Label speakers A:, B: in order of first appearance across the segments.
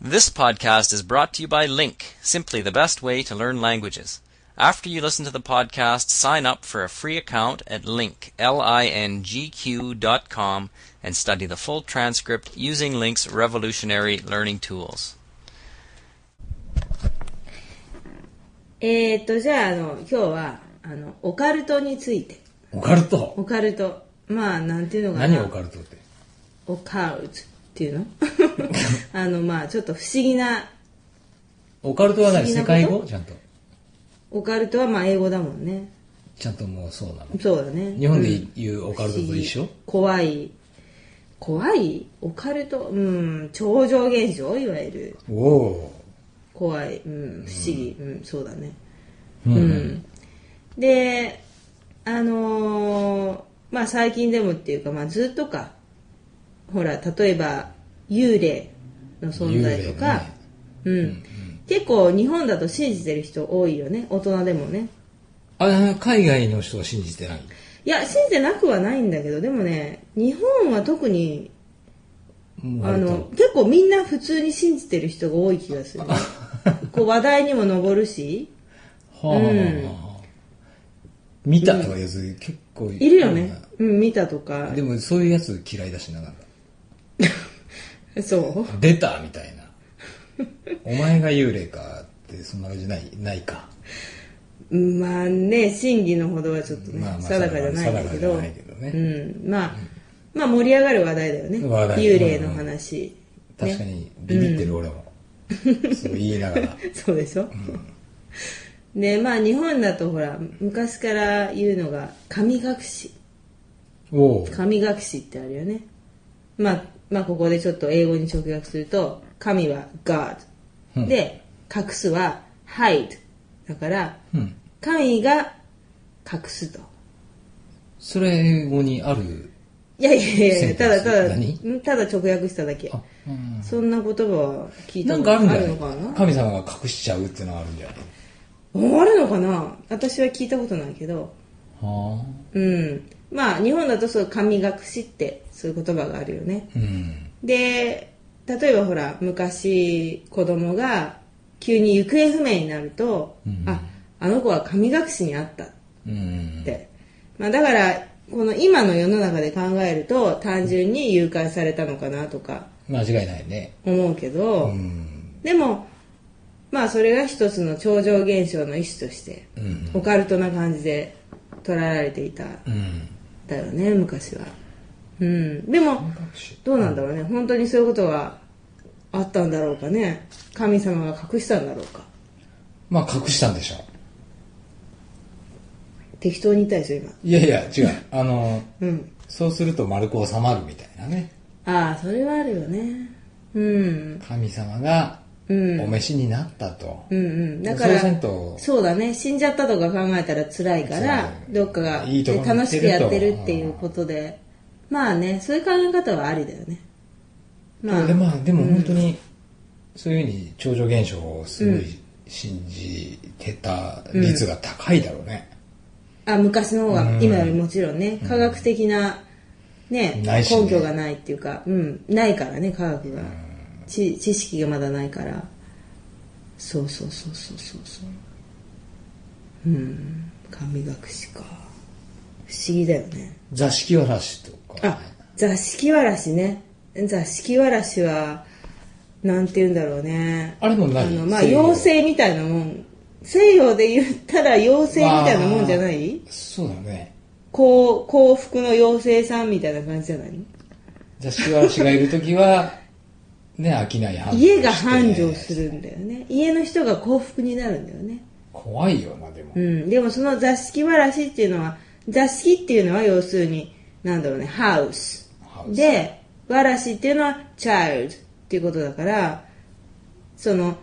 A: This podcast is brought to you by Link, simply the best way to learn languages. After you listen to the podcast, sign up for a free account at link, L-I-N-G-Q dot com and study the full transcript using Link's revolutionary learning tools.
B: えーっと、じゃあ、あの、今日は、あの、オカルトについて。
C: オカルト
B: オカルト。まあ、なんていうのかな。
C: 何オカルトって
B: オカルトっていうの あの、まあ、ちょっと不思議な、
C: オカルトは何
B: 不思議な
C: 世
B: こと
C: 界語ちゃんと
B: オカルトはまあ、英語だもんね。
C: ちゃんともうそうなの
B: そうだね。
C: 日本
B: うん
C: で言うオカルトと一緒、
B: 怖い。怖いオカルトうん、超常現象いわゆる。
C: おお
B: 怖い。うん、不思議。うん、そうだね。
C: ーうん、
B: で、あのーまあ最近でもっていうか、まあずっとか、ほら、例えば幽霊の存在とか、うん、結構日本だと信じてる人多いよね、大人でもね。
C: あ海外の人は信じてない
B: いや、信じてなくはないんだけど、でもね、日本は特に、
C: もう
B: あ
C: 割
B: の
C: と、
B: 結構みんな普通に信じてる人が多い気がす る。こう話題にも上るし、
C: はあ、見たとか言うず結構い
B: いるよね。うん、見たとか。
C: でもそういうやつ嫌いだしななんか
B: そう。
C: 出たみたい なお前が幽霊かってそんな感じないないか
B: まあね、真偽のほどはちょっとね、定かじゃないんだけど、
C: 定かじゃないけどね、
B: うん、まあ、まあ盛り上がる話題だよね。
C: 話題
B: 幽霊の話。
C: 確かにビビってる俺も、そう言いな がら
B: そうでしょ、で、まあ日本だとほら、昔から言うのが、神隠し。
C: おお
B: 神隠しってあるよね。まあ、まあここでちょっと英語に直訳すると、神は God。
C: うん
B: で、隠すは hide。だから、
C: うん
B: 神が隠すと。
C: それ英語にある
B: いやいやいやいや、ただただ、
C: 何
B: んただ直訳しただけ
C: あ。、うん、
B: そんな言葉は聞いた
C: なん
B: こと
C: かあるんじゃ
B: る
C: な
B: の
C: い
B: かな
C: 神様が隠しちゃうっていうのはあるんじゃない
B: ああるのかな私は聞いたことないけど。
C: は
B: うん。まあ、日本だとそう、神隠しって、そういう言葉があるよね。
C: あうん
B: で、例えばほら、昔、子供が急に行方不明になると、
C: うん
B: あ、あの子は神隠しにあったっ
C: うん
B: て。まあ、だから、この今の世の中で考えると、単純に誘拐されたのかなとか
C: 間違いないね
B: 思うけど、
C: うん
B: でもまあそれが一つの超常現象の一種として
C: うん
B: オカルトな感じで捉えられていたん
C: うん
B: だよね昔はうんでも
C: 神隠し
B: どうなんだろうね本当にそういうことがあったんだろうかね神様が隠したんだろうか
C: まあ隠したんでしょ
B: 適当に言ったでしょ今
C: いやいや違うあの
B: うん
C: そうすると丸く収まるみたいなね
B: ああそれはあるよねうん
C: 神様が
B: うん
C: お召しになったと、
B: うんうんだから
C: そうせんと
B: そうだね死んじゃったとか考えたら辛いから
C: 辛い
B: どっかが
C: いいとこに
B: 楽しくやって
C: 行
B: る
C: っ
B: ってて
C: ると
B: いうことでまあねそういう考え方はありだよねまあ
C: でまあでも本当に、そういうふうに超常現象をすごい信じてた率が高いだろうね、
B: あ昔の方
C: う
B: が
C: ん
B: 今よりもちろんね科学的なね
C: ないしね
B: 根拠がないっていうかうんないからね科学が知知識がまだないからそうそうそうそうそうそううん神隠しか不思議だよね
C: 座敷わらしとか
B: あ、座敷わらしね。座敷わらしは、なんて言うんだろうね。
C: あれもない
B: の、まあ、
C: 西洋
B: 妖精みたいなもん。西洋で言ったら妖精みたいなもんじゃない
C: そうだね
B: こう、幸福の妖精さんみたいな感じじゃないの
C: 座敷わらしがいる時はね商い繁盛して
B: 家が繁盛するんだよね。家の人が幸福になるんだよね。
C: 怖いよなでも、
B: うん。でもその座敷わらしっていうのは、座敷っていうのは要するに、なんだろうね、ハウス。
C: ハウス
B: で、わらしっていうのは child っていうことだから、その、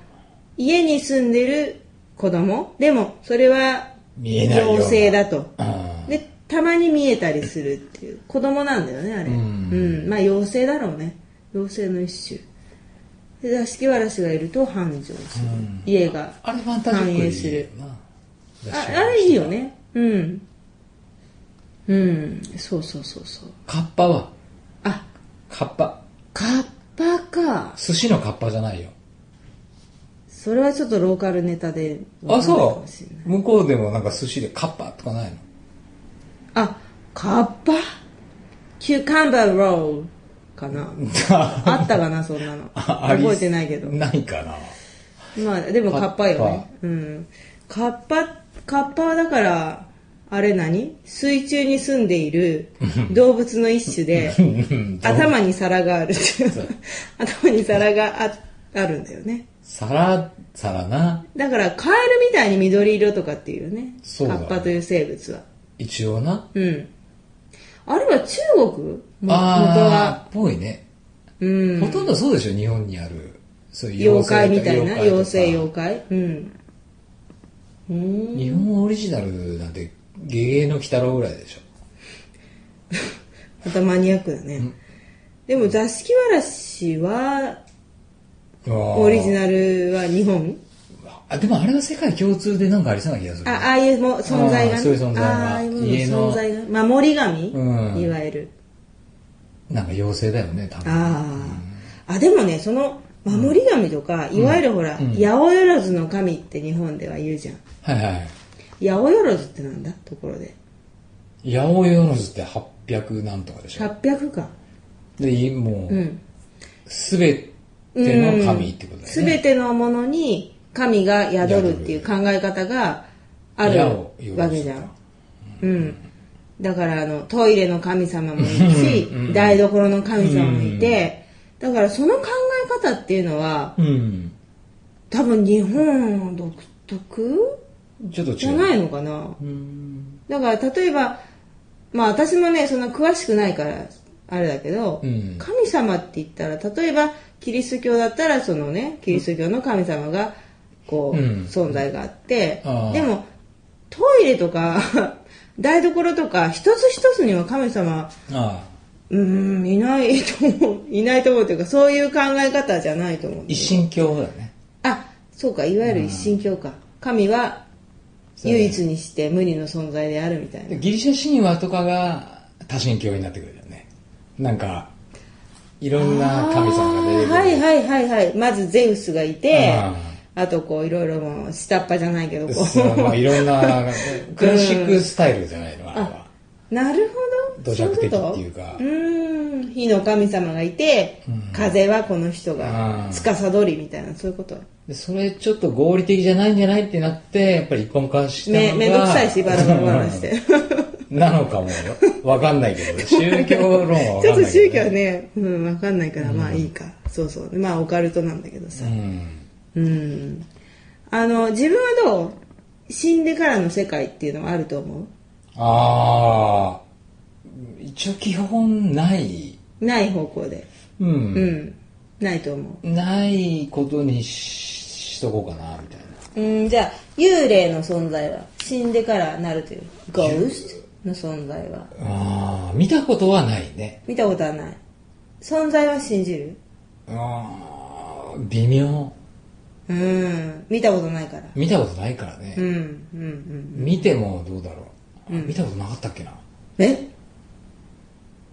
B: 家に住んでる子供、でもそれは
C: 見えないような
B: 妖精だと。
C: あ
B: で、たまに見えたりするっていう、子供なんだよね、あれ。
C: うん
B: うん。まあ妖精だろうね。妖精の一種。で、座敷わらしがいると繁盛する。
C: うん
B: 家が。
C: あれファンタジック
B: 繁栄
C: ですい
B: る
C: いよな座
B: あ
C: 敷わ
B: あ
C: らし
B: れいいよね。うん。うん。そうそうそうそう。
C: カッパは
B: あ、
C: カッパ
B: カッパか。
C: 寿司のカッパじゃないよ
B: それはちょっとローカルネタでわ
C: あ、
B: かんないか
C: そ。
B: もしれないう
C: 向こうでもなんか寿司でカッパとかないの
B: あカッパキュカンバーロールか なあったかなそんなの
C: ああ り
B: 覚えてないけど
C: ないかな。
B: まあでもカッパよねうんカッパカッパはだからあれ何水中に住んでい る動物の一種 で頭に皿があるっていう 頭に皿がああるんだよね
C: 皿、皿な。
B: だからカエルみたいに緑色とかっていうね
C: そうだ
B: カ
C: ね
B: ッパという生物は
C: 一応な。
B: うんあれは中国も元は
C: あー、っぽいね。
B: うん
C: ほとんどそうでしょ、日本にある。そういう
B: 妖怪みたいな妖精
C: とか
B: 妖怪うんうーん
C: 日本オリジナルなんて、ゲゲの鬼太郎ぐらいでしょ。
B: またマニアックだね、でも座敷わらしはオ
C: オ
B: リジナルは日本
C: あ、でもあれは世界共通でなんかありそうな気がする。
B: あああいうも存在が、ね、
C: あーそういう存在が
B: ああいうも
C: 家の
B: の存在が守り神、
C: うん
B: いわゆる
C: なんか妖精だよね、多分。
B: ああ、あでもねその守り神とか、いわゆるほら、八百万の神って日本では言うじゃん
C: はいはい。
B: 八百万ってなんだところで
C: 八百万って800なんとかでしょ。
B: 800か
C: で、も
B: う
C: う、
B: ん
C: すべての神ってことだよ
B: 全
C: ね。
B: てのものに神が宿るっていう考え方があるわけじゃん。うん。だからあのトイレの神様もいるし、台所の神様もいて、だからその考え方っていうのは
C: うん。
B: 多分日本独特
C: ちょっと
B: じ
C: 違
B: ゃ
C: う。
B: ないのかな。
C: うん。
B: だから例えば、まあ私もね、そんな詳しくないからあれだけど、
C: うん
B: 神様って言ったら例えばキリスト教だったらそのねキリスト教の神様がこう、
C: うん
B: 存在があって
C: あー
B: でもトイレとか 台所とか一つ一つには神様
C: ああ。
B: うーんいないと思ういないと思うというかそういう考え方じゃないと思う
C: 一神教だよね。
B: あそうかいわゆる一神教か神は唯一にして無二の存在であるみたいな
C: でギリシャ神話とかが多神教になってくるよね。なんか、いろんな神様が出てくる。
B: はいはいはいはいまずゼウスがいて
C: あ
B: あとこういろいろもう下っ端じゃないけどこ
C: そうまあ、いうろんな、 クラシックスタイルじゃないの、あれは。
B: なるほど
C: 土着的
B: そ
C: っていうか
B: ういうことうーん火の神様がいて、風はこの人
C: う
B: が
C: ん
B: 司りみたいなそういうこと
C: でそれちょっと合理的じゃないんじゃないってなって、やっぱり一本化したの
B: め
C: が。
B: めんどくさいしバラバラバラしてち
C: うん。なのかもよ、わかんないけど、宗教論はわかんないけど、
B: ょっと宗教。ね、うん、わかんないからまあいいか、そうそうまあオカルトなんだけどさ
C: うん。
B: うんあの自分はどう死んでからの世界っていうのはあると思
C: ああ、一応基本ない。
B: うない方向で
C: う。
B: うんん、ないと思
C: ないことにししとこうかな、みたいな。
B: う。うん、じゃあ、幽霊の存在は死んでからなるという、ゴーストの存在は
C: ああ、見たことはないね。
B: 見たことはない。存在は信じる
C: ああ、微妙。
B: うん、見たことないから。
C: 見たことないからね。
B: うん、うん、うん。
C: 見てもどうだろう、見たことなかったっけな。
B: え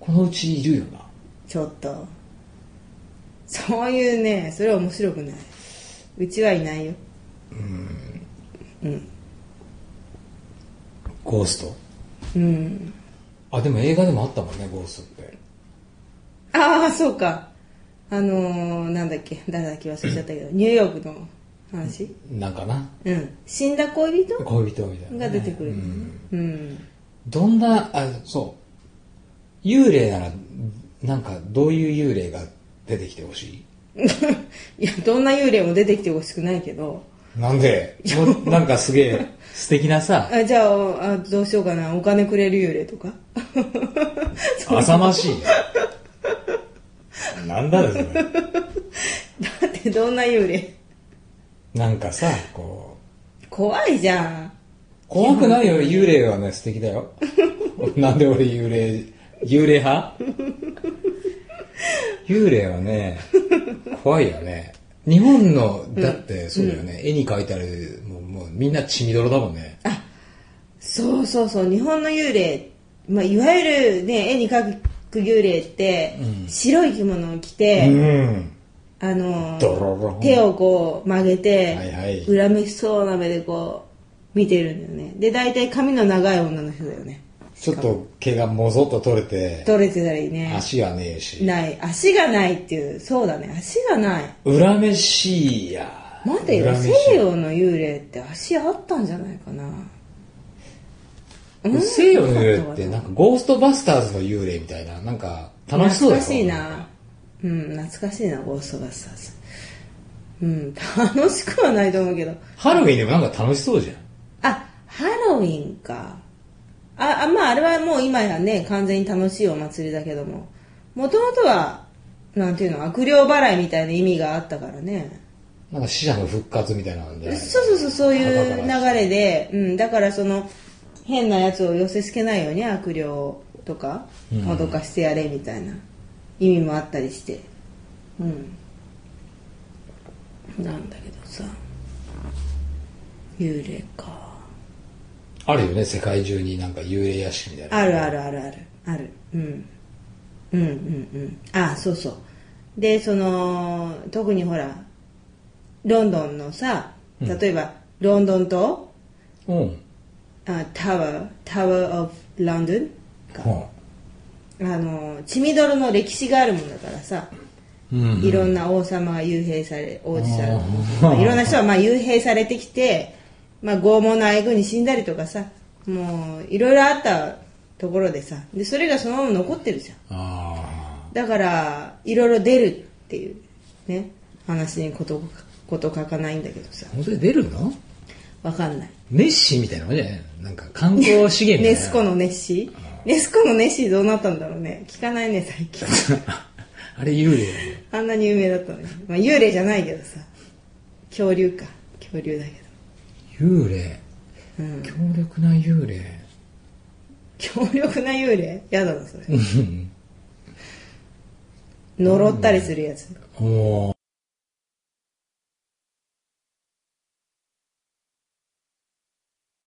C: このうちいるよな。
B: ちょっと。そういうね、それは面白くない。うちはいないよ。
C: ゴースト。
B: うん。
C: あ、でも映画でもあったもんね、ゴーストって。
B: ああ、そうか。あのー、なんだっけ、誰だっけ忘れちゃったけど、ニューヨークの話
C: なんかな。
B: うん。死んだ恋人
C: 恋人みたいな、
B: が出てくるのね、うん
C: どんな、あ、そう。幽霊なら、なんか、どういう幽霊が出てきてほし
B: いや、どんな幽霊も出てきてほしくないけど。
C: いな んでもうなんかすげえ、素敵なさ、
B: あじゃああ、どうしようかな。お金くれる幽霊とか
C: 浅ましい。なんだろう、それ。
B: だってどんな幽霊
C: なんかさ、こう、
B: 怖いじゃん。
C: 怖くないよ、幽霊はね、素敵だ よ。なんで俺幽霊、幽霊派幽霊はね、怖いよね。日本の、だってそうだよね、絵に描いてある、もうもうみんな血みどろだもんね。
B: そうそうそう、日本の幽霊、まあ、いわゆるね、絵に描く幽霊って、白い着物を着
C: う
B: て、
C: ん。
B: あの
C: ドロロン
B: 手をこう曲げて、
C: はいはい
B: 恨めしそうな目でこう見てるんだよねで大体髪の長い女の人だよね
C: ちょっと毛がもぞっと取れて、
B: 取れてたらいいね
C: 足がねえし。
B: ない足がないっていうそうだね足がない
C: 恨めしいや。
B: 待てよ
C: 恨めしい
B: 西洋の幽霊って足あったんじゃないかな
C: 西洋の幽霊って、なんかゴーストバスターズの幽霊みたいな、なんか楽しそうだ
B: 懐かしいなうん懐かしいなゴーストバスターズうん 楽しくはないと思うけど
C: ハロウィンでもなんか楽しそうじゃん。
B: あハロウィンかああまああれはもう今やね完全に楽しいお祭りだけどももともとはなんていうの悪霊払いみたいな意味があったからね
C: なんか死者の復活みたいなんで。
B: そうそうそうそういう流
C: 墓から
B: れで、うん、だからその変なやつを寄せつけないように悪霊とか
C: うん
B: 脅かしてやれみたいな意味もあったりしてうんなんだけどさ幽霊か
C: あるよね、世界中になんか幽霊屋敷みたいな。
B: あるあるあるあるあるうんうんうんうんあそうそうでその特にほらロンドンのさ例えば、ロンドンと
C: うん。
B: あタワー、タワー・オブ・ロンドン
C: は
B: あの血みどろの歴史があるもんだからさ、
C: あうん。
B: いろんな王様が幽閉され王子され
C: あー
B: まあいろんな人はまあ幽閉されてきて、まあ、拷問のあいに死んだりとかさもういろいろあったところでさでそれがそのまま残ってるじゃん
C: あ
B: だからいろいろ出るっていうね話にことこと書かないんだけどさ
C: あ。本当に出るの
B: わかんない
C: ネッシーみたいなのじゃないのなんか観光資源みたいな。
B: ネスコのネッシーネスコのネッシーどうなったんだろうね聞かないね最近
C: あれ幽霊だよね
B: あんなに有名だったのに、まあ、幽霊じゃないけどさ恐竜か恐竜だけ
C: 幽霊。
B: ど、うん、
C: 強力な幽霊。
B: 強力な幽霊やだなそれ
C: うん
B: 呪ったりするやつ
C: おー